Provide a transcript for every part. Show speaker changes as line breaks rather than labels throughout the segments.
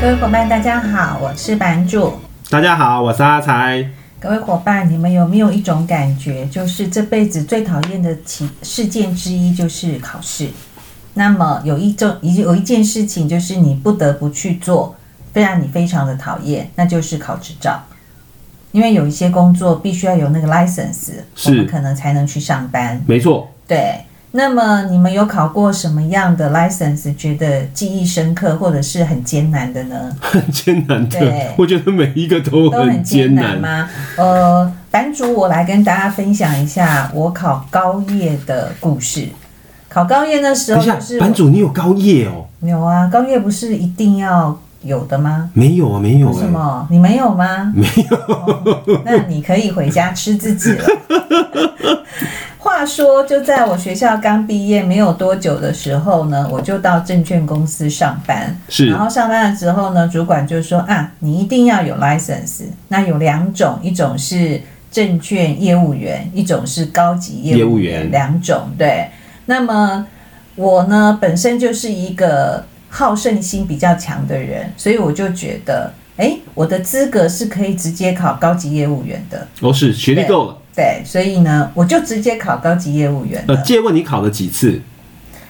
各位伙伴，大家好，我是版主。
大家好，我是阿才。
各位伙伴，你们有没有一种感觉，就是这辈子最讨厌的其事件之一就是考试？那么有一种有一件事情，就是你不得不去做，不然你非常的讨厌，那就是考执照。因为有一些工作必须要有那个 license，我
是
们可能才能去上班。
没错，
对，那么你们有考过什么样的 license，觉得记忆深刻或者是很艰难的呢？
很艰难
对
的，我觉得每一个都
都很
很
艰
艰
难
难。
吗？呃，版主，我来跟大家分享一下我考高业的故事。考高业那时
等
候
一下
就，是
版主你有高业哦？
有啊，高业不是一定要有的吗？
没有啊，没有
为什
哎。
么？你没有吗？没有、那你可以回家吃自己了。话说，就在我学校刚毕业没有多久的时候呢，我就到证券公司上班。
是
然后上班的时候呢，主管就说啊，你一定要有 license。那有两种，一种是证券业务员，一种是高级业务
业务员
两种对。那么我呢，本身就是一个好胜心比较强的人，所以我就觉得，哎，我的资格是可以直接考高级业务员的。
哦，是学历够了。
对，所以呢，我就直接考高级业务员了。
呃，借问你考了几次？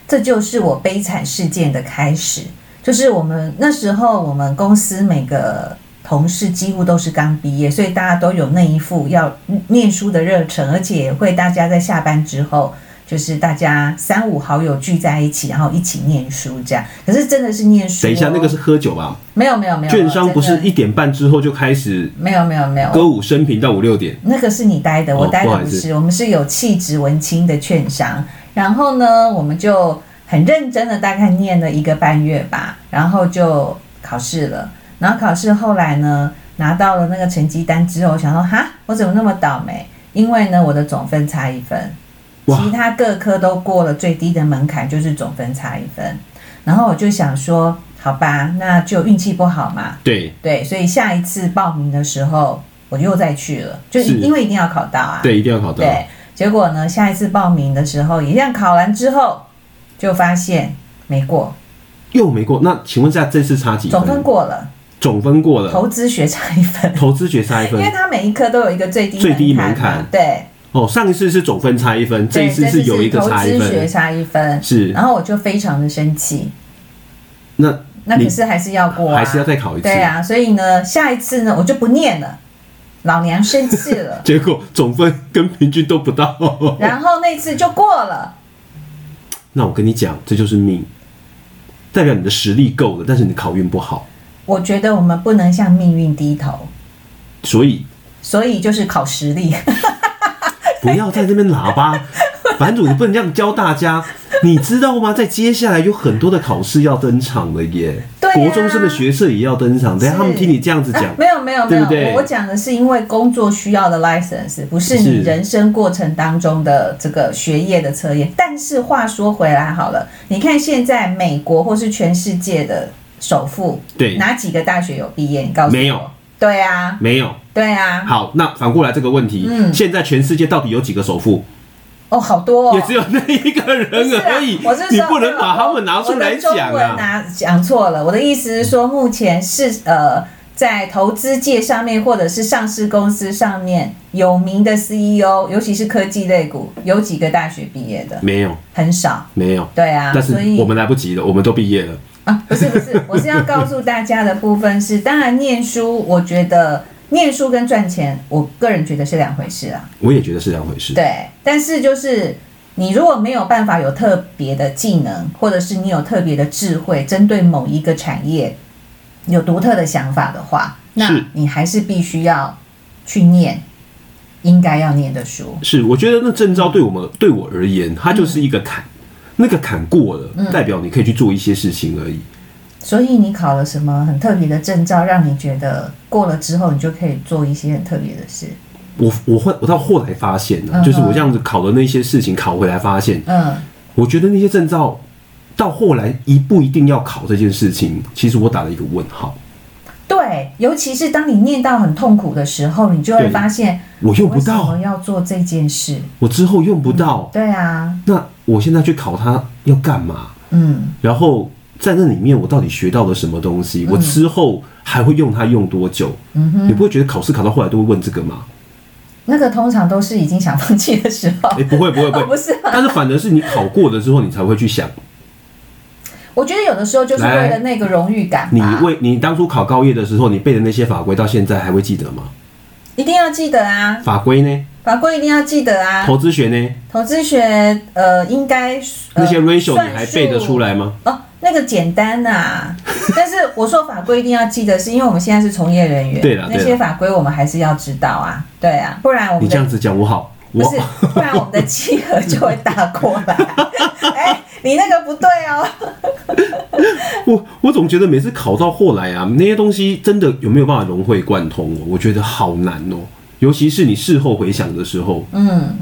这就是我悲惨事件的开始。就是我们那时候，我们公司每个同事几乎都是刚毕业，所以大家都有那一副要念书的热忱，而且也会大家在下班之后，就是大家三五好友聚在一起，然后一起念书这样。可是真的是念书哦、
等一下，那个是喝酒吧？
没有没有没有，
券商不是
真的
一点半之后就开始
没有没有没有，
歌舞升平到五六点？
那个是你待的，
哦
我待的不
不好意
是。我们是有气质文青的券商，然后呢，我们就很认真的大概念了一个半月吧，然后就考试了。然后考试后来呢，拿到了那个成绩单之后，我想说哈，我怎么那么倒霉？因为呢，我的总分差一分，
哇
其他各科都过了最低的门槛，就是总分差一分。然后我就想说，好吧，那就运气不好嘛，
对
对，所以下一次报名的时候，我又再去了，就是因为一定要考到啊。
对，一定要考到。
对结果呢，下一次报名的时候，一样考完之后，就发现没过，
又没过，那请问一下，这次差几分？
总分过了，
总分过了，
投资学差一分，
投资决差一
因
分
为。它每一科都有一个最低
最低
门
门槛
嘛对，
哦，上一次是总分差一分，这一
对
次是有一个
投
差一
资学
分。
差一分，
是，
然后我就非常的生气，
那
那
你
可是还是要过啊，
还是要再考一次
对。啊，所以呢，下一次呢，我就不念了，老娘生气了。
结果总分跟平均都不到。
然后那次就过了，
那我跟你讲，这就是命，代表你的实力够了，但是你的考运不好，
我觉得我们不能向命运低头，
所以
所以就是靠实力。
不要在这边喇叭。 版主，你不能这样教大家，你知道吗？在接下来有很多的考试要登场了耶，
对啊
国中生的学测也要登场。 等一
是
下他们听你这样子
啊
讲，
没有没有没
对
有，
不对
我我讲的是因为工作需要的 license，不是你
是
人生过程当中的这个学业的测验。但是话说回来好了，你看现在美国或是全世界的首富，
对
哪几个大学有毕业？你告诉我
没有？
对啊，
没有。
对啊，
好，那反过来这个问题，
嗯
现在全世界到底有几个首富？
哦，好多、哦，
也只有那一个人而已，
不是啊我是
你
说
不能把他们拿出来
我的
讲
中文
啊。
拿讲错了，我的意思是说，目前是呃，在投资界上面或者是上市公司上面有名的 CEO，尤其是科技类股，有几个大学毕业的
没有，
很少。
没有。
对啊，
但是
所以
我们来不及了，我们都毕业了。
啊，不是不是，我是要告诉大家的部分是，当然念书，我觉得念书跟赚钱，我个人觉得是两回事啊。
我也觉得是这样回事。
对，但是就是你如果没有办法有特别的技能，或者是你有特别的智慧，针对某一个产业有独特的想法的话，那
是
你还是必须要去念应该要念的书。
是，我觉得那证照对我们对我而言，它
嗯
就是一个坎，那个坎过了，代表你可以去做一些事情而已。
所以你考了什么很特别的证照，让你觉得过了之后你就可以做一些很特别的事？
我我后我到后来发现呢、
嗯哼
就是我这样子考的那些事情考回来，发现
嗯，
我觉得那些证照到后来一不一定要考这件事情，其实我打了一个问号，
对，尤其是当你念到很痛苦的时候，你就会
对
发现
我用
为
不
什
到
么，嗯要做这件事？
我之后用不到，
对啊，
那我现在去考它要干嘛？
嗯。
然后在那里面我到底学到了什么东西，我之后还会用它用多久？
嗯哼，
你不会觉得考试考到后来都会问这个 吗？
那个通常都是已经想放弃的时 候。哦
哎、不会不会不
不
会，
是啊吗？
但是反而是你考过了之后，你才会去想，
我觉得有的时候就是为了那个荣誉感
你
吧，
为你当初考高一的时候你背的那些法规，到现在还会记得吗？
一定要记得啊，
法规呢？
法规一定要记得啊。
投资学呢？
投资学呃，应该、呃、
那些 ratio
算
你还背得
术
出来吗？
哦，那个简单呐、 但是我说法规一定要记得，是因为我们现在是从业人员，
对啦
那
对
些
啦
法规我们还是要知道啊，对啊，不然我
你
们
这样
的
子讲我好，
不
我
是，不然我们的契合就会打过来。哎、你那个不对哦。
我我总觉得每次考到后来啊，那些东西真的有没有办法融会贯通哦？我觉得好难哦，尤其是你事后回想的时候，
嗯，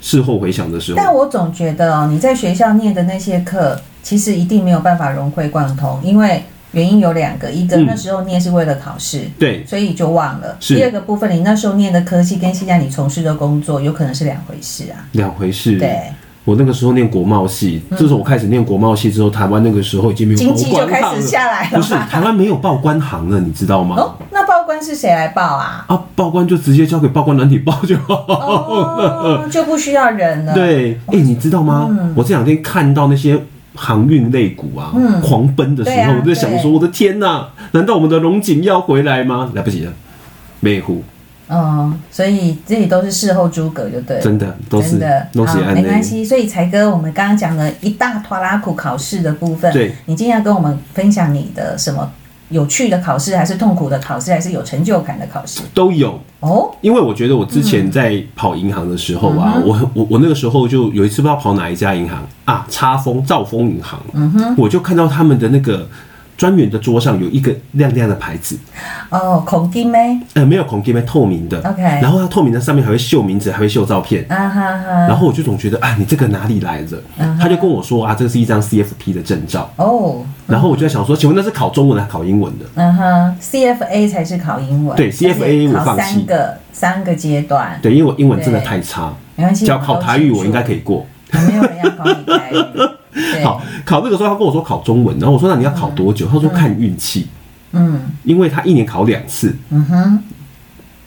事后回想的时
但
候，
我总觉得哦，你在学校念的那些课，其实一定没有办法融会贯通，因为原因有两个，一个
嗯
那时候念是为了考试。
对
所以就忘了。
是
第二个部分，你那时候念的科系跟现在你从事的工作有可能是两回事啊。
两回事。
对，嗯
我那个时候念国贸系，自从我开始念国贸系之后，台湾那个时候已经没有
经
报
济就
关
开
行
始
了，
下来了
不是
嘛。
台湾没有报关行了，你知道吗？
哦，那报关是谁来报啊？
啊，报关就直接交给报关软体报就好。
哦，嗯就不需要人了。，
对，哎、你知道吗？我这两天看到那些航运类股啊，
嗯
狂奔的时
对
候，
啊
我就想说，
对
我的天呐，难道我们的龙井要回来吗？来不及了，美虎
嗯，所以这里都是事后诸葛，就对了。
真的都是
真的
都是
好
安
没关
内。
系。所以才哥，我们刚刚讲了一大拖拉苦考试的部分，
对，
你今天要跟我们分享你的什么有趣的考试，还是痛苦的考试，还是有成就感的考试？
都有，
哦，
因为我觉得我之
嗯
前在跑银行的时候啊，我我我那个时候就有一次不知道跑哪一家银行啊，叉丰兆丰银行，
嗯哼，
我就看到他们的那个专员的桌上有一个亮亮的牌子，
哦，孔金妹，
呃，没有孔 K 透明的
OK
然后它透明的上面还会绣名字，还会绣照片，
啊哈哈，
然后我就总觉得啊，你这个哪里来的
嗯哼？
他就跟我说啊，这是一张 CFP 的证照。
哦，
然后我就在想说，请问那是考中文还是考英文的？
嗯哼，CFA 才是考英文，
对 CFA
而且
我
考
放弃
三个三个阶段，
对，因为我英文真的太差，
没关系，
只要考台语我应该可
以，
以过。
没有人要考你台语，对
好，，考那个时候他跟我说考中文，然后我说那你要考多久？他说看运气，
嗯
因为他一年考两次，
嗯哼，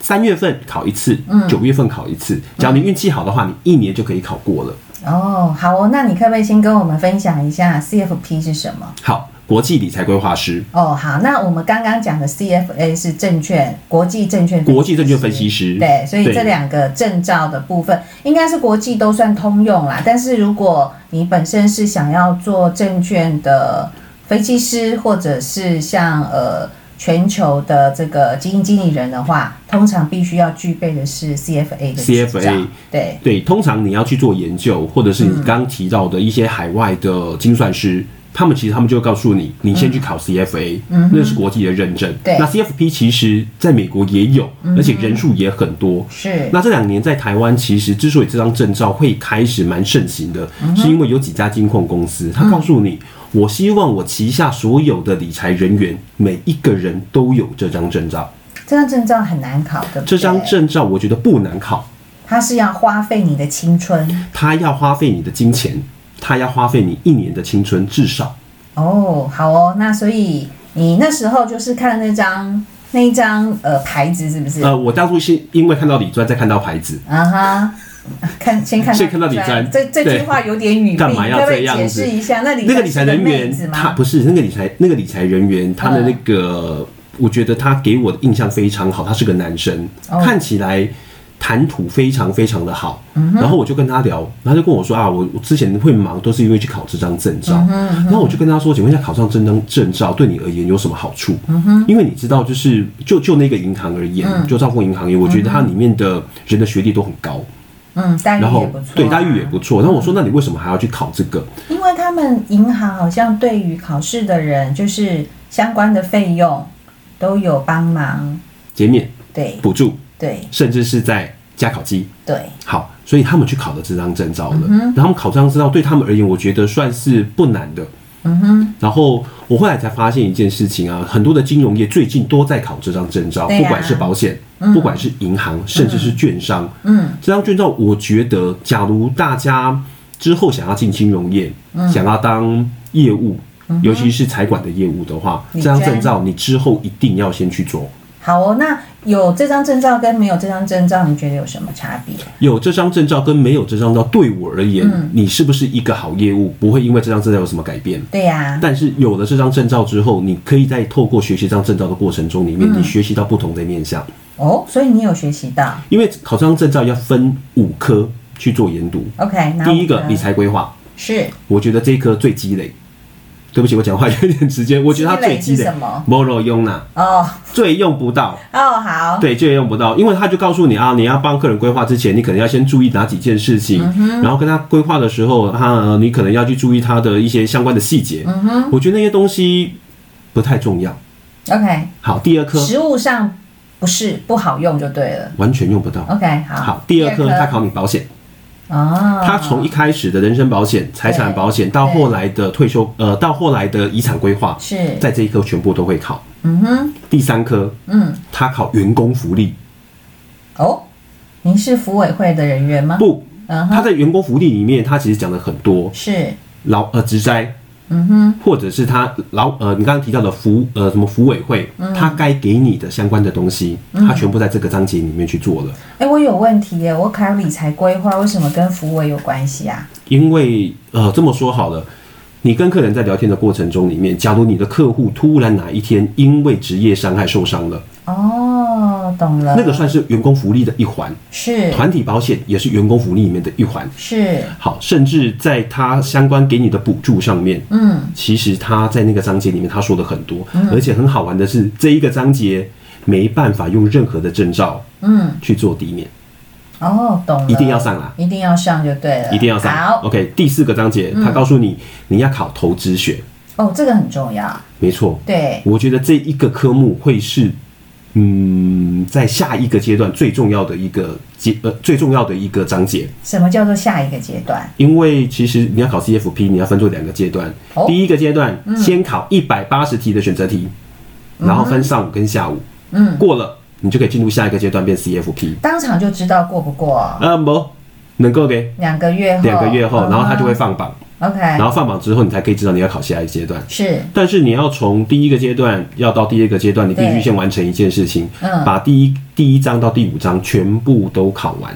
三月份考一次
嗯，
九月份考一次。只要你运气好的话，你一年就可以考过了。
哦，好哦，那你可不可以先跟我们分享一下 CFP 是什么？
好，国际理财规划师，
哦，好，那我们刚刚讲的 CFA 是证券国际证券分析
国际证券分析师，
对，所以
对
这两个证照的部分应该是国际都算通用啦。但是如果你本身是想要做证券的分析师，或者是像呃全球的这个基金经理人的话，通常必须要具备的是 CFA 的执照
CFA
对，
对，通常你要去做研究，或者是你刚提到的一些海外的精算师，他们其实他们就会告诉你，你先去考 CFA，、那是国际的认证。
嗯对嗯
那 CFP 其实在美国也有，而且人数也很多。
是
那这两年在台湾，其实之所以这张证照会开始蛮盛行的，是因为有几家金控公司，他告诉你，我希望我旗下所有的理财人员，每一个人都有这张证照。
这张证照很难考，对不对？
这张证照我觉得不难考，
它是要花费你的青春
他要花费你的金钱，他要花费你一年的青春，至少
哦。好哦，那所以你那时候就是看那张那一张呃牌子是不是？
呃，我当初是因为看到李专，再看到牌子，
啊哈，看先看
先看到李专
这这
对
句话有点语病，
干嘛要
可不可以
这样
解
子
释一下？那李
那个
专
理
是
财人
妹子
员，他
吗？
不是那个理财那个理财人员，他的那个，我觉得他给我的印象非常好，他是个男生，
哦
看起来。谈吐非常非常的好，
嗯
然后我就跟他聊，然后他就跟我说啊，我我之前会忙都是因为去考这张证
嗯
照，然后我就跟他说，请问一下，考上这张证照对你而言有什么好处？
嗯
因为你知道，就是就就那个银行而言，就兆丰银行而言，我觉得它里面的人的学历都很高，
嗯，待遇
然
也
后
不错，啊嗯
对待遇也不，错。然后我说，那你为什么还要去考这个？
因为他们银行好像对于考试的人，就是相关的费用都有帮忙，
减免
对
补助，
对
甚至是在加考机。
对，
好，所以他们去考了这张证照了。
嗯
然后他们考这张证照对他们而言，我觉得算是不难的。
嗯哼，
然后我后来才发现一件事情啊，很多的金融业最近都在考这张证照，
对啊
不管是保险，不管是银行，甚至是券商。
嗯，
这张券照，我觉得，
嗯
假如大家之后想要进金融业，想要当业务，尤其是财管的业务的话，
你
这张
真
证照你之后一定要先去做。
好哦，那有这张证照跟没有这张证照，你觉得有什么差别？
有这张证照跟没有这张证照，对我而言，
嗯
你是不是一个好业务，不会因为这张证照有什么改变。
对呀、
但是有了这张证照之后，你可以在透过学习这张证照的过程中里
嗯
面，你学习到不同的面向。
哦，所以你有学习到
因为考这张证照要分五科去做研读，
，OK？哪五
第一个
科
理财规划，
是
我觉得这一科最积累。对不起，我讲话有点直接，我觉得它最
积累
积
是
累
什么，
没有用啦，
哦
最用不到。
哦好，
对，这也用不到，因为他就告诉你啊，你要帮客人规划之前，你可能要先注意哪几件事情，
嗯
然后跟他规划的时候，他、呃你可能要去注意他的一些相关的细节。
嗯
我觉得那些东西不太重要。
，OK，
好，第二科
实物上不是不好用就对了
完全用不到。
，OK 好。
好，第二科他考你保险，
嗯哦，
他从一开始的人身保险、财产保险，到后来的退休，呃，到后来的遗产规划，
是
在这一科全部都会考。
嗯哼
第三科
嗯
他考员工福利，
哦，您是服委会的人员吗？
不，
嗯
他
哼，
在员工福利里面，他其实讲了很多
是
劳呃职灾。
嗯哼
或者是他劳呃，你刚刚提到的服呃什么服委会，
嗯
他该给你的相关的东西，他全部在这个章节里面去做了。
哎、我有问题耶！我考理财规划为什么跟扶委有关系啊？
因为呃这么说好了，你跟客人在聊天的过程中里面，假如你的客户突然哪一天因为职业伤害受伤了，
嗯哦，懂了，
那个算是员工福利的一环，
是
团体保险也是员工福利里面的一环。
是，
好，甚至在他相关给你的补助上面，
嗯，
其实他在那个章节里面他说的很多，而且很好玩的是，这一个章节没办法用任何的证照
嗯，
去做抵免，
哦，懂了，
一定要上啦，
一定要上就对了，
一定要上。
嗯好嗯
OK，第四个章节他告诉你你要考投资学，
哦，这个很重要，
没错，
对，
我觉得这一个科目会是。嗯，在下一个阶段最重要的一个阶呃最重要的一个章节，
什么叫做下一个阶段？
因为其实你要考 CFP，你要分做两个阶段。
哦
第一个阶段，先考一百八十题的选择题，
嗯
然后分上午跟下午。嗯，过了你就可以进入下一个阶段变 CFP。
当场就知道过不过，
啊，不，能够给
两个月后，
两个月后，然后它就会
嗯
放榜，
OK，
然后放榜之后，你才可以知道你要考下一阶段。
是
但是你要从第一个阶段要到第二个阶段，你必须
对
先完成一件事情，
嗯
把第一第一章到第五章全部都考完。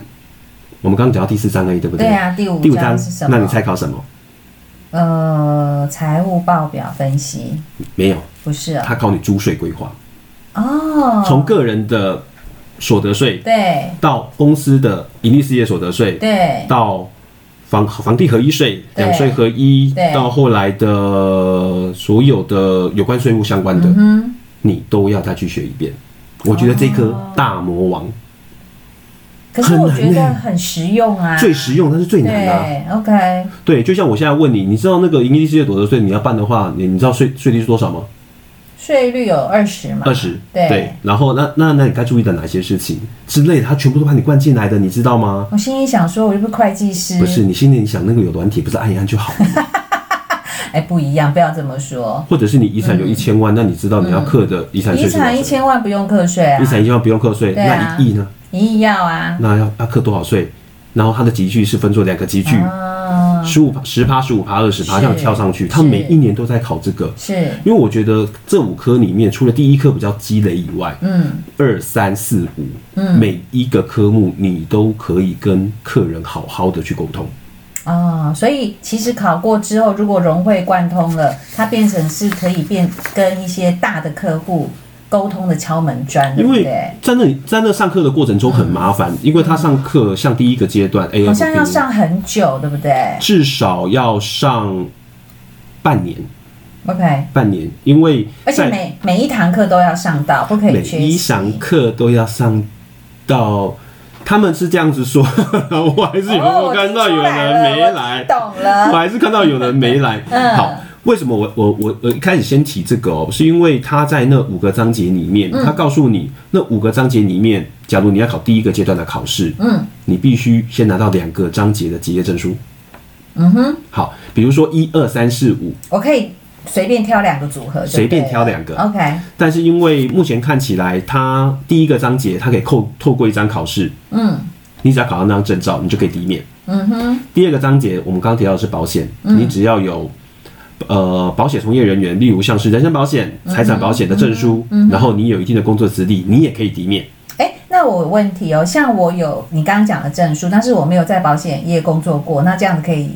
我们刚刚讲到第四章而已，对不对？
对啊第五
第五
章
章
是什么
那你猜考什么？
呃，财务报表分析
没有，
不是哦
他考你租税规划，
哦，
从个人的所得税
对
到公司的盈利事业所得税，
对
到房房地合一税、
对
两税合一
对，
到后来的所有的有关税务相关的，
嗯哦
你都要再去学一遍。我觉得这颗大魔王、
可是我
很难
觉得
欸
很实用啊，
最实用，但是最难的、啊。
对，OK，
对，就像我现在问你，你知道那个盈利事业所得税你要办的话，你你知道税税率是多少吗？
税率有二十嘛？
二十。
嗯对
然后那那那你该注意的哪些事情之类的，它全部都把你灌进来的，你知道吗？
我心里想说，我又不是会计师，
不是，你心里想那个有软体，不是按一按就好了 吗？
哎，不一样，不要这么说。
或者是你遗产有一千万，那你知道你要课的遗产税
嗯遗
是多少
产一
税？
千万不用课税啊
遗，产一千万不用课税，
对啊
那一亿呢？
一亿要啊，
那要要课多少税？然后它的集聚是分作两个集聚，
啊，
十五十趴、十五趴、二十趴
是
这样跳上去，
是
它每一年都在考这个。
是，
因为我觉得这五科里面，除了第一科比较积累以外，
嗯，
二三四五，每一个科目你都可以跟客人好好的去沟通。
哦，所以其实考过之后，如果融会贯通了，它变成是可以变跟一些大的客户沟通的敲门砖，对
因
不
为
对？
在那里在那上课的过程中很麻烦，因为他上课像第一个阶段 A
好
F
像要
P
上很久，对不对
至少要上半年，
？OK，
半年，因为
而且
在
每每一堂课都要上到，不可
每
以缺
一
席。
堂课都要上到。他们是这样子说， 我还是有
哦，我
看
听
到
出
有
来
人
了，
没
我
来
听，懂
我
了，
还是看到有人没来。
嗯
好，为什么我我我我一开始先提这个哦？是因为他在那五个章节里面，
嗯
他告诉你那五个章节里面，假如你要考第一个阶段的考试，
嗯，
你必须先拿到两个章节的结业证书。
嗯哼。
好，比如说一二三四五，
我可以随便挑两个组合就对了，
随便挑两个
OK，
但是因为目前看起来，它第一个章节它可以扣透过一张考试，
嗯
你只要考到那张证照，你就可以抵免。
嗯哼，嗯
第二个章节我们刚刚提到的是保险，你只要有呃保险从业人员，例如像是人身保险、
嗯
财产保险的证书，然后你有一定的工作资历，你也可以抵免。
哎，那我有问题哦，像我有你刚刚讲的证书，但是我没有在保险业工作过，那这样子可以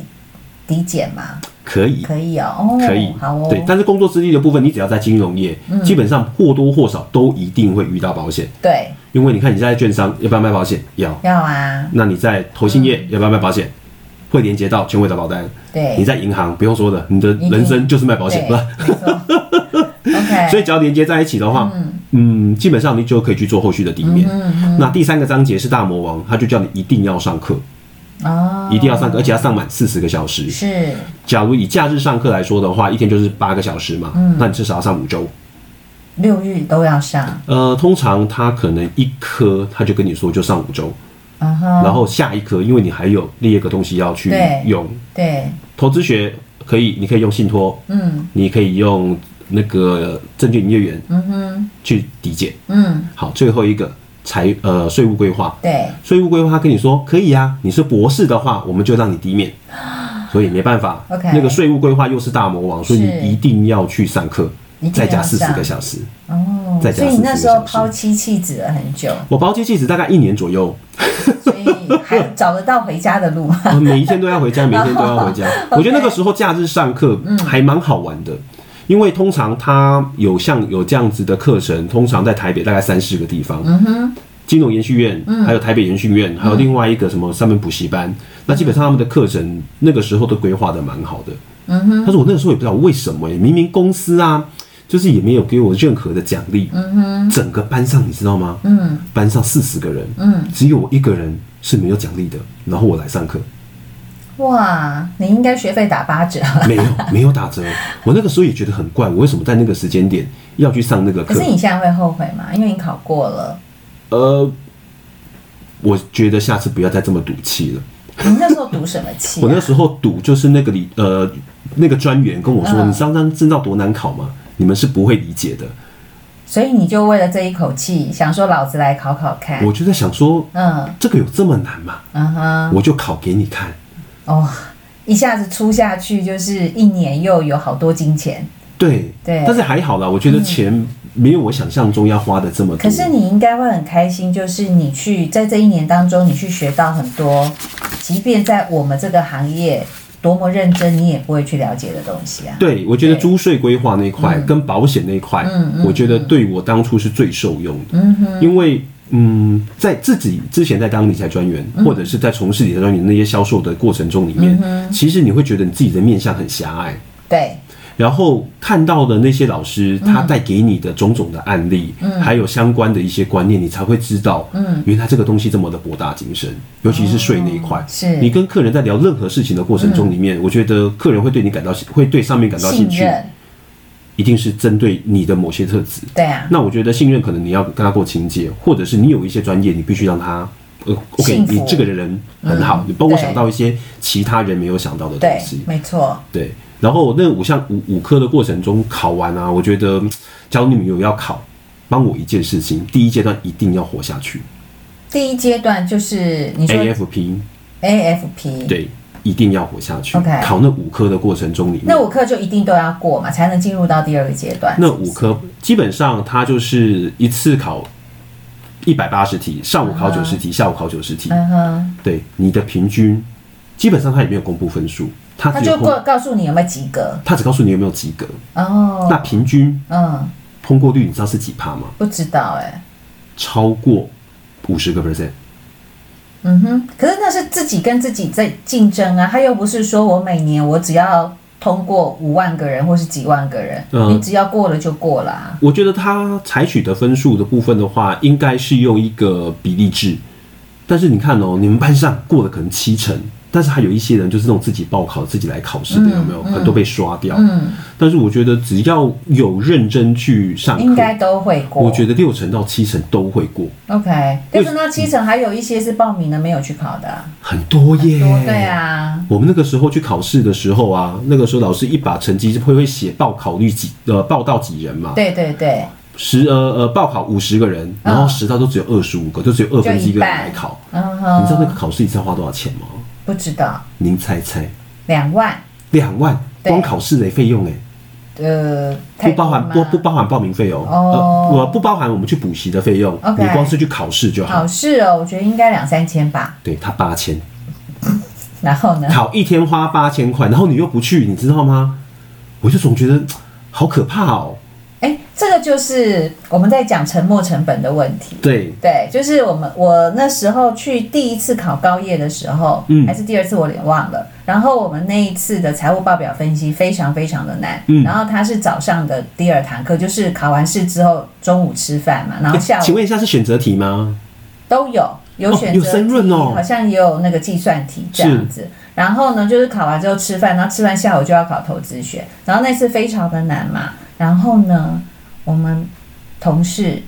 抵减吗？
可以，
可以哦，哦，
可以，
好哦，嗯
对。但是工作资历的部分，你只要在金融业，基本上或多或少都一定会遇到保险，
对，
因为你看你现在券商要不要卖保险？要。
要啊，
那你在投信业要不要卖保险？会连接到全委的保单。你
嗯对，
在银行不用说的，你的人生就是卖保险，
对
不是？
没错 ，OK，
所以只要连接在一起的话，嗯，基本上你就可以去做后续的抵免。
嗯
那第三个章节是大魔王，他就叫你一定要上课，
哦，
一定要上课，而且要上满四十个小时。
是
假如以假日上课来说的话，一天就是八个小时嘛，
嗯
那你至少要上五周。
六日都要上，
呃，通常他可能一科他就跟你说就上五周，
嗯哼，
然后下一科，因为你还有另一个东西要去
对
用。
对，
投资学可以，你可以用信托，
嗯
你可以用那个证券营业员
嗯哼，
去抵减。
嗯，
好，最后一个财呃税务规划，
对，
税务规划他跟你说可以啊，你是博士的话，我们就让你抵 免，所以没办法
OK
那个税务规划又是大魔王，所以
是
你一定要去上课
一定，
再加
要
四
上
十个小时。
哦，
再加
所以你
40
那
个
时候
小时
抛妻弃子了很久，
我包机弃子大概一年左右，
所以还找得到回家的路吗？。
呃每一天都要回家，每一天都要回家 我觉得那个时候假日上课
嗯
还蛮好玩的。因为通常他有像有这样子的课程，通常在台北大概三四个地方，
嗯哼，嗯
金融研训院，还有台北研训院，还有另外一个什么三门补习班。那基本上他们的课程那个时候都规划的蛮好的。
嗯哼，
但是我那个时候也不知道为什么、欸明明公司啊，就是也没有给我任何的奖励。嗯哼，整个班上你知道吗？
嗯
班上四十个人，
嗯，
只有我一个人是没有奖励的，然后我来上课，
哇，你应该学费打八折，
没有没有打折。我那个时候也觉得很怪，我为什么在那个时间点要去上那个
可
课
是？你现在会后悔吗？因为你考过了，
呃，我觉得下次不要再这么赌气了。
你那时候赌什么气、
我那
啊？
时候赌就是那个理呃那个专员跟我说，
嗯
你上当知道多难考吗？你们是不会理解的。
所以你就为了这一口气，想说老子来考考看，
我就在想说，
嗯
这个有这么难吗？
嗯哼，
我就考给你看。
哦，一下子出下去就是一年又有好多金钱，
对，
对
但是还好啦，我觉得钱没有我想象中要花的这么多。
可是你应该会很开心，就是你去在这一年当中，你去学到很多，即便在我们这个行业多么认真，你也不会去了解的东西啊。
对，我觉得
对
租税规划那一块跟保险那一块，我觉得对我当初是最受用的，因为。嗯，在自己之前在当理财专员，或者是在从事理财专员那些销售的过程中里面，其实你会觉得你自己的面向很狭隘，
对，
然后看到的那些老师，
嗯
他带给你的种种的案例，还有相关的一些观念，你才会知道，嗯，原来这个东西这么的博大精深，尤其是税那一块。
哦是嗯
你跟客人在聊任何事情的过程中里面，我觉得客人会对你感到会对上面感到
信
兴趣，
任，
一定是针对你的某些特质。
对啊，
那我觉得信任可能你要跟他过亲切，或者是你有一些专业，你必须让他。呃，OK，
幸福
你这个人很好，
嗯
你帮我
对
想到一些其他人没有想到的东
对
西，。
没错，
对，然后那五项五五科的过程中考完啊，我觉得，嗯假如你们有要考，帮我一件事情，第一阶段一定要活下去
第一阶段就是你说
，AFP，
AFP，
对，一定要活下去。
OK
考那五科的过程中里面，
那五课就一定都要过嘛，才能进入到第二个阶段。
那五科基本上它就是一次考一百八十题，上午考九十题，下午考九十题，
啊嗯哼，
对，你的平均，基本上它也没有公布分数，它
他
只有
就
公
告告诉你有没有及格
它只告诉你有没有及格。
哦。
那平均
嗯，
通过率你知道是几趴吗？
不知道哎、
超过五十个 percent。
嗯哼，可是那是自己跟自己在竞争啊，他又不是说我每年我只要通过五万个人或是几万个人，
嗯
你只要过了就过了、啊。
我觉得他采取的分数的部分的话，应该是用一个比例制。但是你看哦，你们班上过了可能七成，但是还有一些人就是那种自己报考、自己来考试的，有没有？很多被刷掉。
嗯，
但是我觉得只要有认真去上
应
课，
该都会过。
我觉得六成到七成都会过，
OK，六成到七成还有一些是报名的没有去考的啊、
很多耶。
多对啊，
我们那个时候去考试的时候啊，那个时候老师一把成绩会会写报考率几呃报到几人嘛，
对对对，
十呃呃报考五十个人，然后十到都只有二十五个，就只有二分之一个人来考。
嗯
你知道那
哼，
个考试一次要花多少钱吗？
不知道
您猜猜，
两万
两万
对
光考试的费用哎、
呃，
不包含
泰
不
国吗
不包含报名费哦，
哦
呃，我不包含我们去补习的费用
OK
你光是去考试就好。
考试哦，我觉得应该两三千吧。
对他八千，
然后呢？
考一天花八千块，然后你又不去，你知道吗？我就总觉得好可怕哦。
哎，这个就是我们在讲沉没成本的问题。
对，
对，就是我们我那时候去第一次考高业的时候，
嗯
还是第二次我有点忘了。然后我们那一次的财务报表分析非常非常的难，
嗯
然后它是早上的第二堂课，就是考完试之后中午吃饭嘛，然后
诶
下
请
午
问一下是选择题吗？
都有有选择
哦有申论哦
题好像也有那个计算题这样子。然后呢，就是考完之后吃饭，然后吃完下午就要考投资学，然后那次非常的难嘛。然后呢，我们同事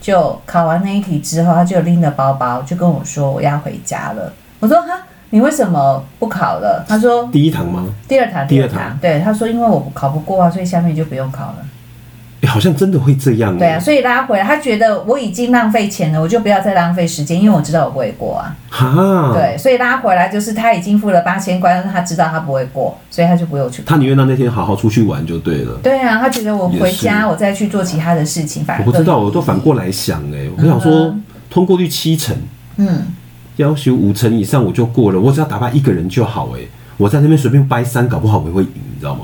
就考完那一题之后，他就拎着包包就跟我说我要回家了。我说哈，你为什么不考了？他说
第一堂吗？
第二堂，
第二堂
对，他说因为我考不过啊，所以下面就不用考了。
诶欸好像真的会这样、哦。
对啊，所以拉回来，他觉得我已经浪费钱了，我就不要再浪费时间，因为我知道我不会过啊。
哈，，
对，所以拉回来就是他已经付了八千块，但是他知道他不会过，所以他就不用去。
他宁愿让那天好好出去玩就对了。
对啊，他觉得我回
也
家我再去做其他的事情，反而
我不知
更
道，
有
我都反过来想哎、我想说通过率七成，
嗯，
要求五成以上我就过了，我只要打败一个人就好哎、我在那边随便掰三，搞不好我也会赢，你知道吗？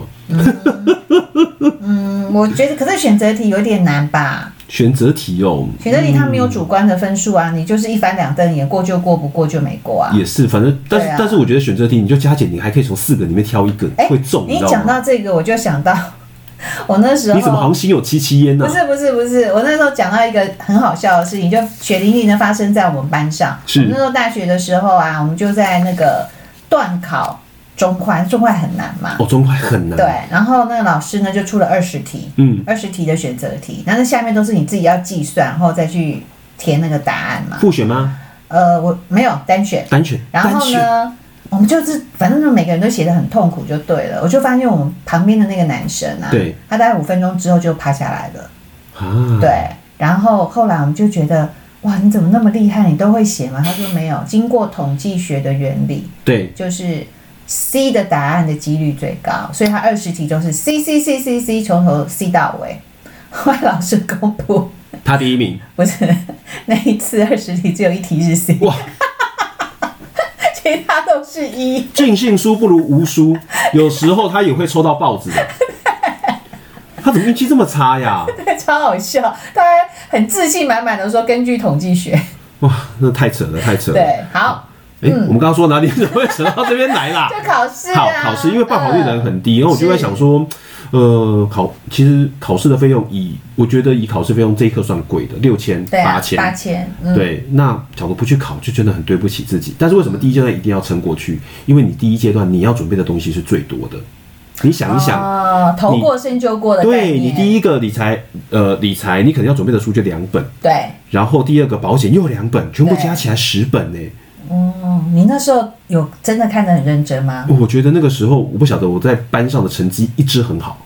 嗯，我觉得可是选择题有点难吧？
选择题哦、
选择题它没有主观的分数啊，你就是一翻两瞪眼，过就过，不过就没过啊。
也是，反正但是、
对啊
但是我觉得选择题你就加减，你还可以从四个里面挑一个、
哎
会中，
你
知道
讲
吗？
到这个，我就想到 我那时候
你怎么好像心有戚戚焉啊呢、
不是不是不是，我那时候讲到一个很好笑的事情，就血淋淋的发生在我们班上。
是
我们那时候大学的时候啊，我们就在那个段考中快，中快很难嘛。
哦，中快很难。
对，，然后那个老师呢就出了二十题，
嗯，
二十题的选择题，那那下面都是你自己要计算，然后再去填那个答案嘛。
复选吗？
呃，我没有单选，
单选，
然
单
后
选。
呢，我们就是反正就每个人都写的很痛苦就对了。我就发现我们旁边的那个男生啊，
对，
他大概五分钟之后就趴下来了。
啊，
对，然后后来我们就觉得，哇，你怎么那么厉害？你都会写吗？他说没有，经过统计学的原理，
对，
就是 C 的答案的几率最高，所以他二十题都是 C C C C C 从头 C 到尾。后来老师公布，
他第一名，
不是那一次二十题只有一题是 C，
哇，
其他都是 E，一。
尽信书不如无书，有时候他也会抽到报 纸的。他怎么运气这么差呀？
超好笑，他还很自信满满的说：“根据统计学，
哇，那太扯了，太扯了。哎、
对，好，
我们刚刚说哪里怎么会扯到这边来 啦
就？考试、啊，
好，考试因为报考率的
嗯
人很低，然后我就在想说，呃，考其实考试的费用以我觉得以考试费用这一科算贵的，六千、
对啊
八千，
八千，嗯，
对，那假如不去考，就真的很对不起自己。但是为什么第一阶段一定要撑过去？因为你第一阶段你要准备的东西是最多的。你想一想，
哦，头
你
过身就过的概
对
念，
你第一个理财，呃，理财你可能要准备的书就两本，
对，
然后第二个保险又两本，全部
对
加起来十本呢、
嗯，你那时候有真的看得很认真吗？
我觉得那个时候我不晓得我在班上的成绩一直很好，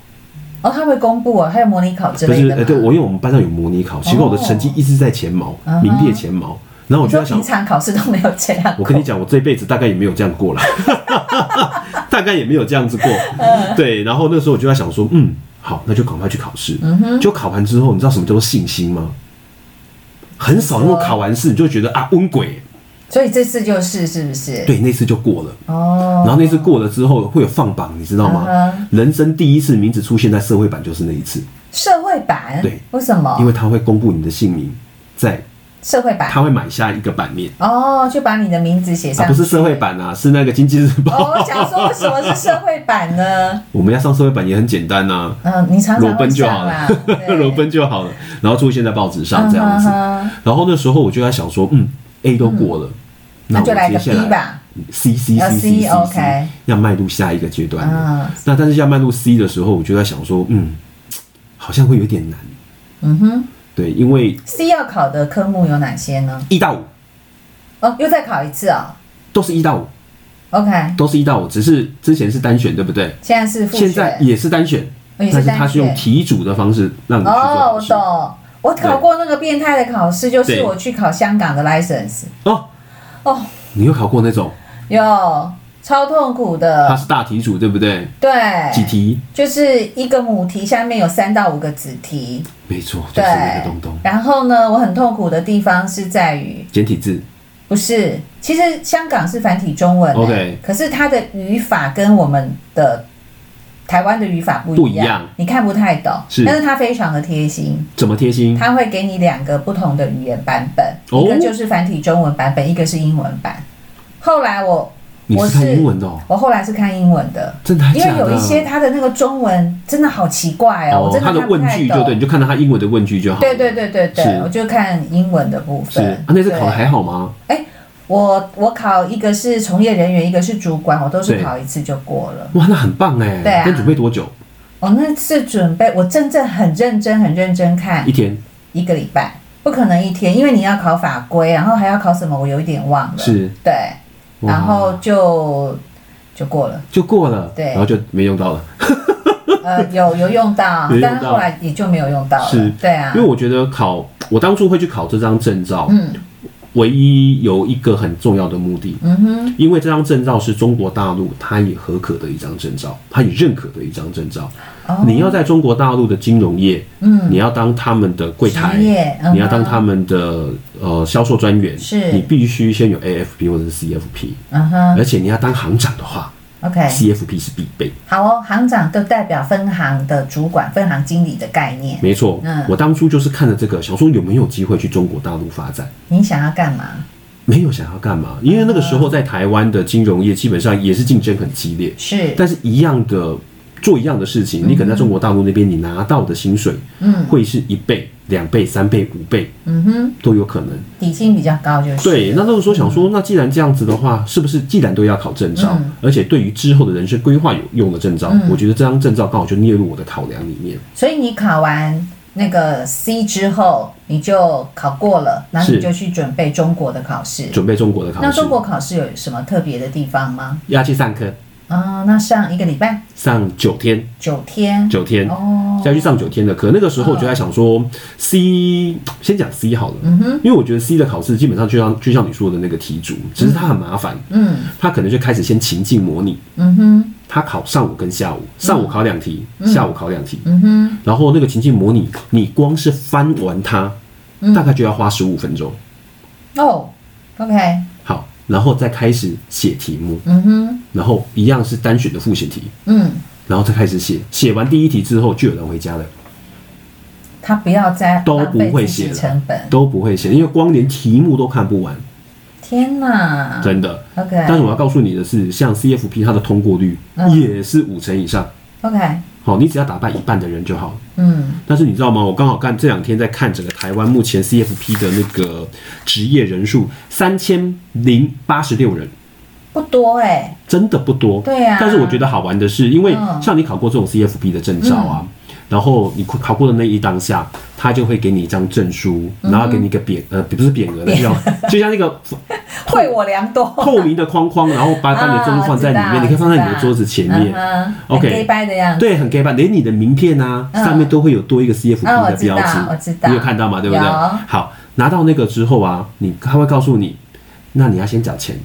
哦，他会公布哦，还有模拟考之
不
类
是，
的吗哦嗯
呃，对我因为我们班上有模拟考，结果我的成绩一直在前茅，名列前茅。然后我
你
就
说
在想
平，常考试都没有这样，
我跟你讲，我这辈子大概也没有这样过啦， 大概也没有这样子过。
嗯
对，然后那时候我就在想说，嗯，好，那就赶快去考试。
嗯
就考完之后，你知道什么叫做信心吗？很少那种考完试你就觉得啊温鬼，
所以这次就是是不是？，
对，那次就过了。然
哦，
后那次过了之后会有放榜，你知道吗
嗯哼？
人生第一次名字出现在社会版就是那一次，
社会版，
对，
为什么？
因为他会公布你的姓名，在
社会版，
他会买下一个版面
哦，就把你的名字写
啊，
上，
不是社会。版啊，是那个经济日
哦，
报。
我想说，为什么是社会版呢？
我们要上社会版也很简单呐、啊。
嗯，你常
裸
常
奔
会
就
上
好
啦
了，
对
裸奔就好了，然后出现在报纸上这样子。
嗯哼哼
然后那时候我就在想说，嗯，A 都过了，
那就
我
来个
接下
B
来
吧。
C C
要
C
C，
C C
OK
要迈入下一个阶段了
嗯。
那但是要迈入 C 的时候，我就在想说，嗯，好像会有点难。
嗯哼
对，因为
，C 要考的科目有哪些呢？
一到五
哦，又再考一次哦。
都是一到五，
OK，
都是一到五，只是之前是单选，对不对？
现在是复
现
选。
在也是单选，
哦也
但
是单
是
选
它是用题组的方式让你去做
哦，
考
我
试。
懂。我考过那个变态的考试，就是
对
我去考香港的 license。
哦，
哦，
你有考过那种？
有超痛苦
它
的。
是大题组对不对？
呃对，
几题？
就是一个母题下面有三到五个子题，
没错，就
对
是那个东东。
然后呢，我很痛苦的地方是在于，
简体字
不是，其实香港是繁体中文、欸
OK
可是它的语法跟我们的台湾的语法不
不
一
一
样，
样
你看不太懂，
是
但是它非常的贴心，
怎么贴心？
它会给你两个不同的语言版本，
哦
一个就是繁体中文版本，一个是英文版。后来我
你
我
是
是
看英文的、哦，
我后来是看英文的，
真的还
因为
假的？
有一些它的那个中文真的好奇怪哦，我真
它
的
的
看不
问
太
句就对，
懂。
你就看到它英文的问句就好。
对对对对对，
是
我就看英文的部
是
分。
啊，那次考的
对
还好吗？
我我考一个是从业人员，一个是主管，我都是考一次就过了。
哇，那很棒哎！
对啊
那准备多久？
我那次准备，我真正很认真、很认真看
一天
一个礼拜，不可能一天，因为你要考法规，然后还要考什么，我有一点忘了。，
是，
对，
哇
然后就就过 了。
就过了，
对
然后就没用到了。
呃，有有用到
有，用到
但是后来也就没有用到
是
了。对啊
因为，我觉得考，我当初会去考这张证照，
嗯
唯一有一个很重要的目的，
嗯哼，
因为这张证照是中国大陆它也合可的一张证照，它也认可的一张证照。
哦
你要在中国大陆的金融业，
嗯
你要当他们的柜台
职业，嗯
你要当他们的呃销售专员，
是
你必须先有 AFP 或者是 CFP，
嗯哼
而且你要当行长的话
，OK，
，CFP 是必备。
好哦，行长就代表分行的主管、分行经理的概念。
没错
嗯，
我当初就是看了这个，想说有没有机会去中国大陆发展。
你想要干嘛？
没有想要干嘛，因为那个时候在台湾的金融业基本上也是竞争很激烈，
是，
但是一样的做一样的事情，你可能在中国大陆那边你拿到的薪水，
嗯
会是一倍、两倍、三倍、五倍
嗯哼，
都有可能。
底薪比较高就是。啊
对，那那个时候想说，那既然这样子的话，是不是既然都要考证照，
嗯
而且对于之后的人生规划有用的证照，我觉得这张证照刚好就列入我的考量里面。
所以你考完那个 C 之后，你就考过了，然后你
是
就去准备中国的考试。
准备中国的考
那
试
中，国考试有什么特别的地方吗？
要去上课，
啊、那上一个礼拜
上九天，
九天，
九天。
哦，
再去上九天的课。那个时候我就在想说，C 先讲 C 好了，
嗯哼，
因为我觉得 C 的考试基本上就像就像你说的那个题组，只是它很麻烦，
嗯
它可能就开始先情境模拟，
嗯哼，
它考上午跟下午，上午考两题，下午考两题，
嗯哼，
然后那个情境模拟，你光是翻完它，
嗯
大概就要花十五分钟。
哦，OK，
好，然后再开始写题目，
嗯哼，
然后一样是单选的复选题，
嗯，
然后再开始写，写完第一题之后就有人回家了。
他不要再
都
浪费
不会
自己
写了
成本。
都不会写，因为光连题目都看不完，
天哪
真的。但是
嗯，OK
我要告诉你的是，像 CFP 它的通过率
嗯
也是五成以上，
OK，
好、你只要打败一半的人就好。
嗯
但是你知道吗？我刚好看这两天在看整个台湾目前 CFP 的那个职业人数三千零八十六人，
不多哎、
真的不多。
对啊
但是我觉得好玩的是，因为
嗯
像你考过这种 CFP 的证照啊，然后你考过的那一当下，他就会给你一张证书，
嗯
然后给你一个匾呃不是匾额的，就像就像那个
惠我良多。
透明的框框，然后把把你的证书放在里面，
啊
你可以放在你的桌子前面。
嗯哼
OK
很 gay 掰的样子。
对，很 gay 吧？连你的名片啊，
嗯
上面都会有多一个 CFP
啊我
的
知道
标志，
我知道
你有看到吗？对不对？
有
好，拿到那个之后啊，你他会告诉你，那你要先缴钱，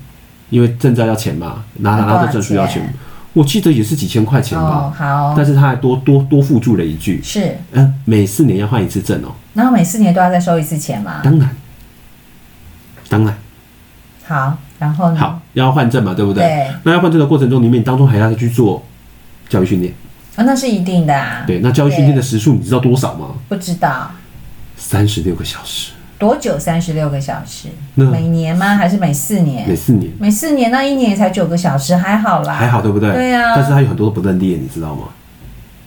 因为证照要钱嘛，拿
那
拿
多少
到这证书要
钱
钱，我记得也是几千块钱
哦
吧，，
好，
但是他还多多多附注了一句，
是。
嗯、每四年要换一次证哦，
然后每四年都要再收一次钱嘛。
当然，当然，
好，然后呢？
好，要换证嘛，对不对？
嗯对
那要换证的过程中，里面你当中还要去做教育训练，
啊，那是一定的啊。
对，那教育训练的
对
时数你知道多少吗？
不知道
三十六个小时，
多久，三十六个小时，
那
每年吗？还是每四
嗯每
年？
四年。
每四年，那一年也才九个小时，还好啦。
还。好，对不对？
对啊
但是它有很多都不认列，你知道吗？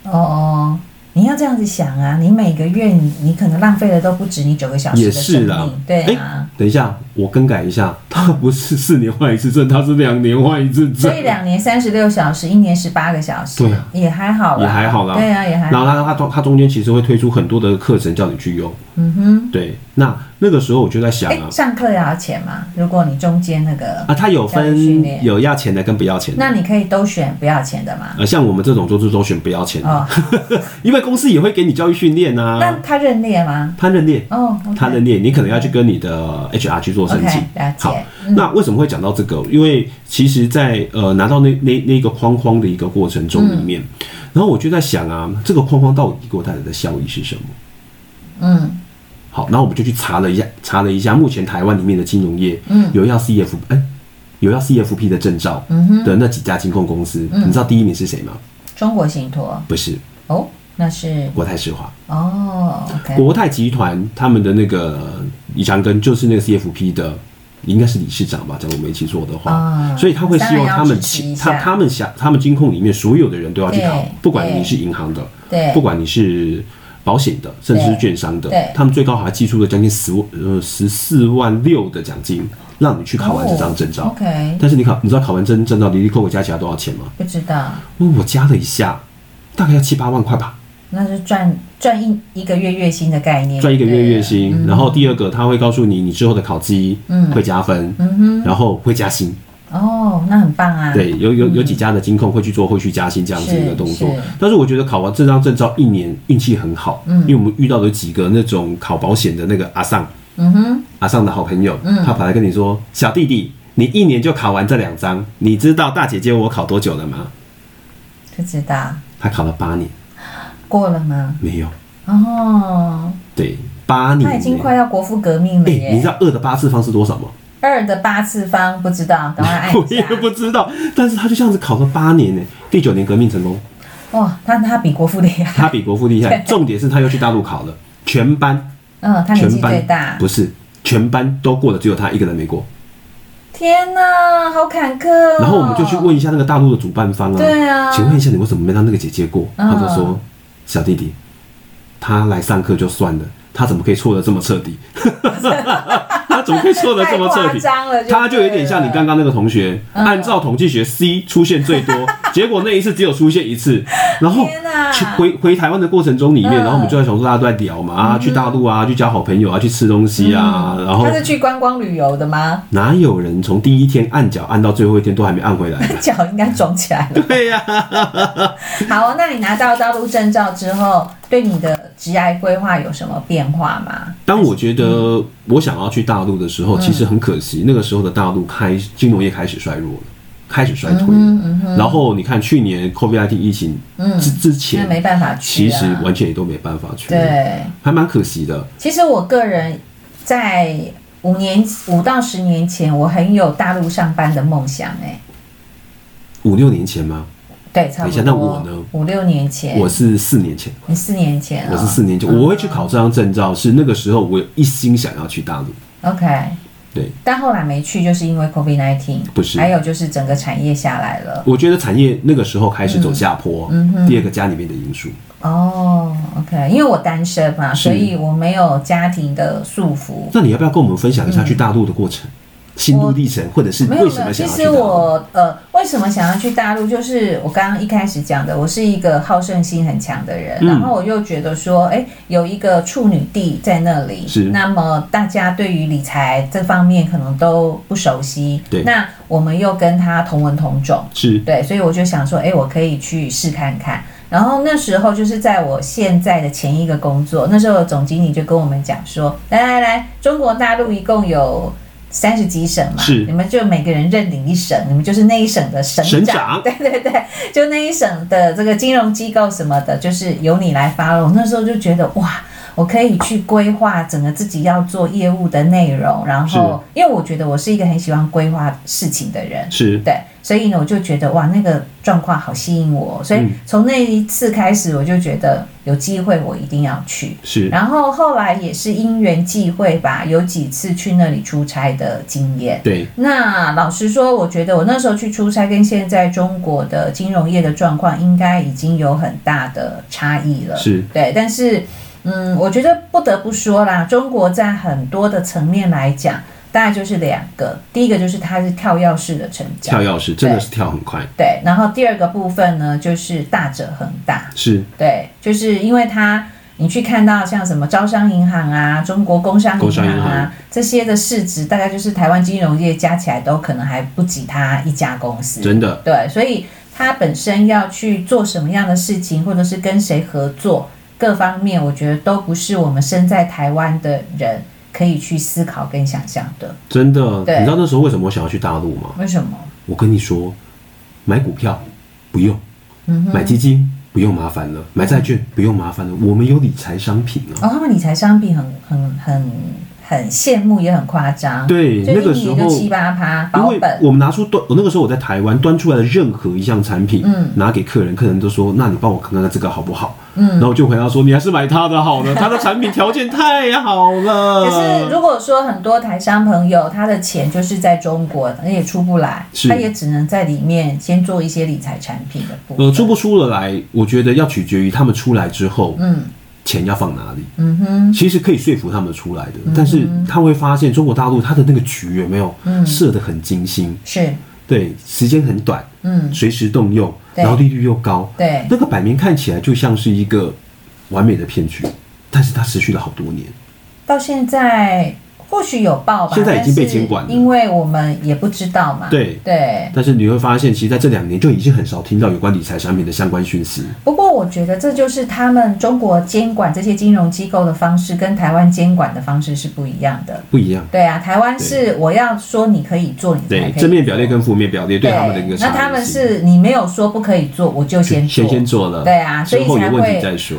哦哦。你要这样子想啊，你每个月你你可能浪费的都不止你九个小时啊
也
的生
是啦
命，。对啊
诶，等一下，我更改一下，它不是四年换一次证，它是两年换一次证
所。以两年三十六小时，一年十八个小时，
对啊
也还好啦，
也还好啦
对啊，也还 好，
然后它它中它中间其实会推出很多的课程叫你去用。
嗯哼，
对，那那个时候我就在想
哎、
啊，
上课也要钱嘛？如果你中间那个，
啊，它有
教育训练嗯
分有要钱的跟不要钱的。
那你可以都选不要钱的嘛？
呃，像我们这种就是都选不要钱的，
哦，
因为公司也会给你教育训练
那
啊，
他认列吗？
他认列。
哦，OK，
他认列，你可能要去跟你的 HR 去做做申请
OK，。了解嗯
好，那为什么会讲到这个？因为其实在，呃拿到那那那个框框的一个过程中里面，
嗯
然后我就在想啊，这个框框到底给我带来的效益是什么？
嗯
好，然后我们就去查了一下，查了一下目前台湾里面的金融业，
嗯
有要 CF，哎、有要 CFP 的证照
嗯哼，嗯
的那几家金控公司，你知道第一名是谁吗？
中国信托
不是
哦，那是
国泰世华，
哦，OK，
国泰集团他们的那个李长庚就是那个 CFP 的，应该是理事长吧，假如我没记错的话，
啊
所以他会希望
当
他
然要
们
支持一
其
下
他他们想他们金控里面所有的人都要去考
对，
不管
对
你是银行的，
对
不管你是保险的，甚至是券商的
对，
他们最高还寄出了将近十呃十四万六的奖金，让你去考完这张证照。
哦，OK，
但是你考，你知道考完证证照，离离扣扣加起来多少钱吗？
不知道，
我加了一下，大概要七八万块吧。
那是赚赚一一个月月薪的概念，
赚一个月月
嗯
薪，然后第二个他会告诉你，你之后的考绩会加分，
嗯
然后会加薪。
对哦，那很棒啊，
对，有有有几家的金控会去做会去加薪这样子一个动作
是是。
但是我觉得考完这张证照一年运气很好，因为我们遇到了几个那种考保险的那个阿尚，
嗯哼，
阿尚的好朋友，
嗯
他跑来跟你说：“小弟弟，你一年就考完这两张，你知道大姐姐我考多久了吗
不知道？”
他考了八年，
过了吗？
没有，
哦，
对，八年
他
呢，
已经快要国富革命了
哎、你知
耶，
道二的八次方是多少吗？
二的八次方不知道，赶快按
我
一
也
下，
不知道，但是他就这样子考了八年呢，第九年革命 成功，
哇，他他比国富厉害，
他比国父 厉害。重点是他又去大陆考了，全班
嗯，他年纪
全
最
班
大，
不是全班都过了，只有他一个人没过。
天哪，好坎坷、 哦。
然后我们就去问一下那个大陆的主办方啊，
对啊
请问一下你为什么没让那个姐姐过？
嗯
他就说，小弟弟，他来上课就算了，他怎么可以错的这么彻 底？他怎么可以错的这么彻
太夸
底？
张了就对了嗯
他就有点像你刚刚那个同学，按照统计学 C 出现最 多，结果那一次只有出现一次。然后
天哪
去回回台湾的过程中里面，
嗯
然后我们就在想说大家都在聊嘛，啊，去大陆啊，去交好朋友啊，去吃东西啊，然后
嗯他是去观光旅游的吗？
哪有人从第一天按脚按到最后一天都还没按回来啊呢？
脚应该肿起 来了。
对呀、
好、那你拿到大陆证照之后，对你的职业规划有什么变化吗？
当我觉得我想要去大陆的时
嗯
候，其实很可惜，那个时候的大陆开金融业开始衰弱了，开始衰退了。
嗯
然后你看去年 COVID-19 疫情嗯之之
那
前，
嗯没办法去、
其
啊。
实完全也都没办法去，，
对，
还蛮可惜的。
其实我个人在五年五到十年前，我很有大陆上班的梦想、哎，
五六年前吗？
对，差不
等
多。
一下那我呢？
五六年前，
我是四年前，
你四年前、哦，
我是四年前，我会去考这张证照，是那个时候我有一心想要去大陆，
OK。
对。
但后来没去，就是因为 COVID 1 9
不是
还有就是整个产业下来了。
我觉得产业那个时候开始走
嗯
下坡，第二个家里面的因素，
哦、o k 因为我单身嘛，
是
所以我没有家庭的束缚。
那你要不要跟我们分享一下去大陆的过程、心路历程，或者是
嗯没有
为
没
什么
有，
想
其
要去
实
大陆？
我呃，为什么想要去大陆？就是我刚刚一开始讲的，我是一个好胜心很强的人，
嗯
然后我又觉得说，哎，有一个处女地在那里，
是
那么大家对于理财这方面可能都不熟悉，
对
那我们又跟他同文同种，
是
对，所以我就想说，哎，我可以去试看看。然后那时候就是在我现在的前一个工作，那时候总经理就跟我们讲说，来来来，中国大陆一共有三十几省嘛，
是
你们就每个人认领一省，你们就是那一省的省
省长
对对对，就那一省的这个金融机构什么的，就是由你来发了。我那时候就觉得哇。我可以去规划整个自己要做业务的内容，然后因为我觉得我是一个很喜欢规划事情的人，
是
对，所以呢，我就觉得哇，那个状况好吸引我，哦所以
嗯
从那一次开始，我就觉得有机会我一定要去。
是
然后后来也是因缘际会吧，有几次去那里出差的经验。
对，
那老实说，我觉得我那时候去出差跟现在中国的金融业的状况，应该已经有很大的差异了。
是
对，但是嗯，我觉得不得不说啦，中国在很多的层面来讲，大概就是两个，第一个就是它是跳跃式的成
跳
长，
钥匙真的是跳很快，
对，然后第二个部分呢，就是大者恒大，
是
对，就是因为它。你去看到像什么招商银行啊、中国工商银
工商
行
银
啊
行
这些的市值，大概就是台湾金融业加起来都可能还不及它一家公司。
真的
对，所以他本身要去做什么样的事情，或者是跟谁合作，各方面，我觉得都不是我们身在台湾的人可以去思考跟想象的。
真的，
对
你知道那时候为什么我想要去大陆吗？
为什么？
我跟你说，买股票不用，
嗯
买基金不用麻烦了，买债券不用麻烦了，我们有理财商品啊。
哦，他们理财商品很很很很羡慕，也很夸张。
对
就
那个
一
时
年就
候
七八趴
因
保
为
本。
我们拿出端，我那个时候我在台湾端出来的任何一项产品，
嗯
拿给客人，客人都说：“那你帮我看看这个好不好？”嗯，然后我就回答说：“你还是买他 的好了，他的产品条件太好了。”
可是，如果说很多台商朋友，他的钱就是在中国，他也出不来，
是
他也只能在里面先做一些理财产品的部分。
呃，出不出得来，我觉得要取决于他们出来之后，
嗯
钱要放哪里。
嗯哼，
其实可以说服他们出来的，但是他会发现中国大陆他的那个局有没有
嗯
设得很精心，
是
对，时间很短，
嗯
随时动用，
对
然后利率又高，
对
那个版面看起来就像是一个完美的骗局，但是它持续了好多年。
到现在或许有报吧，
现在已经被
但是
监管了
因为我们也不知道嘛。
对
对，
但是你会发现，其实在这两年就已经很少听到有关理财产品的相关讯息。
不过我觉得这就是他们中国监管这些金融机构的方式，跟台湾监管的方式是不一样的。
不一样，
对啊，台湾是我要说你可以做，你才可
对
以做
正面表列跟负面表列对
对
他们的一个差
那
异性
他们是你没有说不可以做，我就先做，
先先做了，
对啊所
之
以
后有
才
问
会
题再说，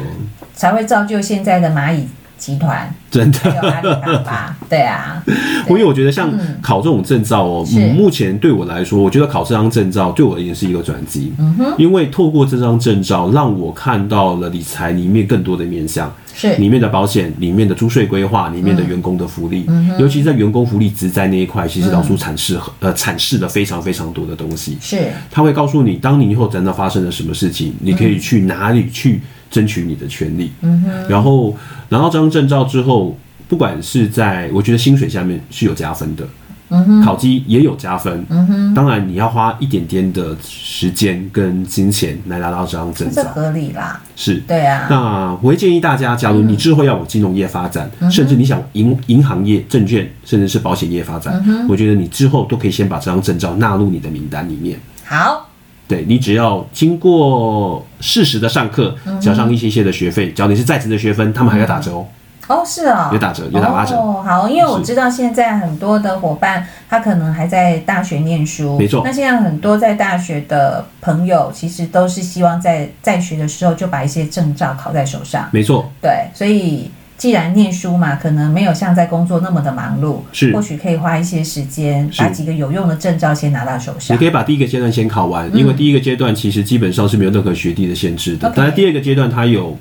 才会造就现在的蚂蚁集团
真的。
还有阿里巴巴。对啊，
因为我觉得像考这种证照哦，
嗯是
目前对我来说，我觉得考这张证照对我而言是一个转机。
嗯
因为透过这张证照，让我看到了理财里面更多的面向，
是
里面的保险、里面的租税规划、里面的员工的福利，尤其是在员工福利职灾那一块，其实老叔阐释、呃阐释了非常非常多的东西。
是，
他会告诉你，当你以后真的发生了什么事情，你可以去哪里去争取你的权利。嗯哼。然后拿到这张证照之后，不管是在我觉得薪水下面是有加分的，嗯哼，考绩也有加分，嗯哼。当然你要花一点点的时间跟金钱来拿到这张证
这
照，
合理啦。
是。
对啊，
那我会建议大家，假如你之后要往金融业发展，
嗯
甚至你想银银行业、证券，甚至是保险业发
嗯
展，我觉得你之后都可以先把这张证照纳入你的名单里面。
好，
对你只要经过适时的上课，
嗯
加上一些些的学费，只要你是在职的学分，他们还要打折哦。
哦，是哦，
有打折有打八折
哦，好，因为我
是
知道现在很多的伙伴，他可能还在大学念书，
没错
那现在很多在大学的朋友，其实都是希望在在学的时候就把一些证照考在手上。
没错，
对，所以既然念书嘛，可能没有像在工作那么的忙碌，
是
或许可以花一些时间
是
把几个有用的证照先拿到手
你
上
可。以把第一个阶段先考完，因为第一个阶段其实基本上是没有任何学历的限制
嗯
的。
OK
当然，第二个阶段它有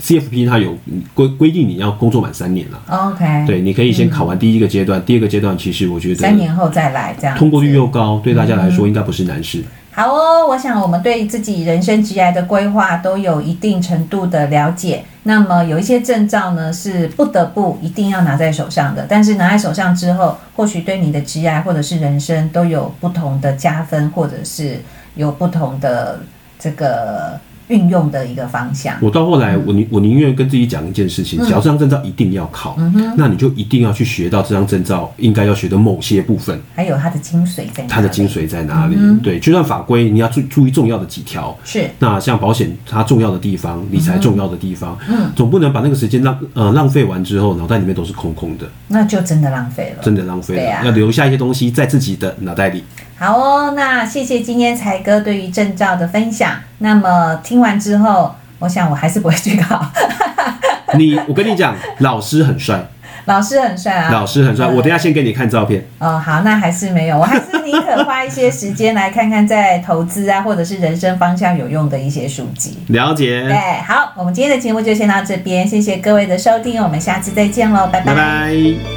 CFP，它有规规定你要工作满三年了。
OK，
对，你可以先考完第一个阶段，第二个阶段其实我觉得
嗯三年后再来这样子。
通过率又高，对大家来
嗯
说应该不是难事。
好哦，我想我们对自己人生职涯的规划都有一定程度的了解。那么有一些证照呢是不得不一定要拿在手上的，但是拿在手上之后，或许对你的职涯或者是人生都有不同的加分，或者是有不同的这个运用的一个方向。
我到后来，我宁我宁愿跟自己讲一件事
嗯
情：，只要这张证照一定要考，那你就一定要去学到这张证照应该要学的某些部分。
还有它的精髓在哪里？
它的精髓在哪里？
嗯
对，就算法规，你要注注意重要的几条。
是
那像保险它重要的地方，理财重要的地方，
嗯
总不能把那个时间浪呃浪费完之后，脑袋里面都是空空的，
那就真的浪费了。
真的浪
嗯
费
对
了。
啊
要留下一些东西在自己的脑袋里。
好哦，那谢谢今天才哥对于证照的分享。那么听完之后，我想我还是不会去考。
你，我跟你讲，老师很帅，
老师很帅啊，
老师很帅。
嗯
我等一下先给你看照片。
哦，好，那还是没有，我还是宁可花一些时间来看看在投资啊，或者是人生方向有用的一些书籍。
了
对
解，，
好，我们今天的节目就先到这边，谢谢各位的收听，我们下次再见喽，拜
拜拜。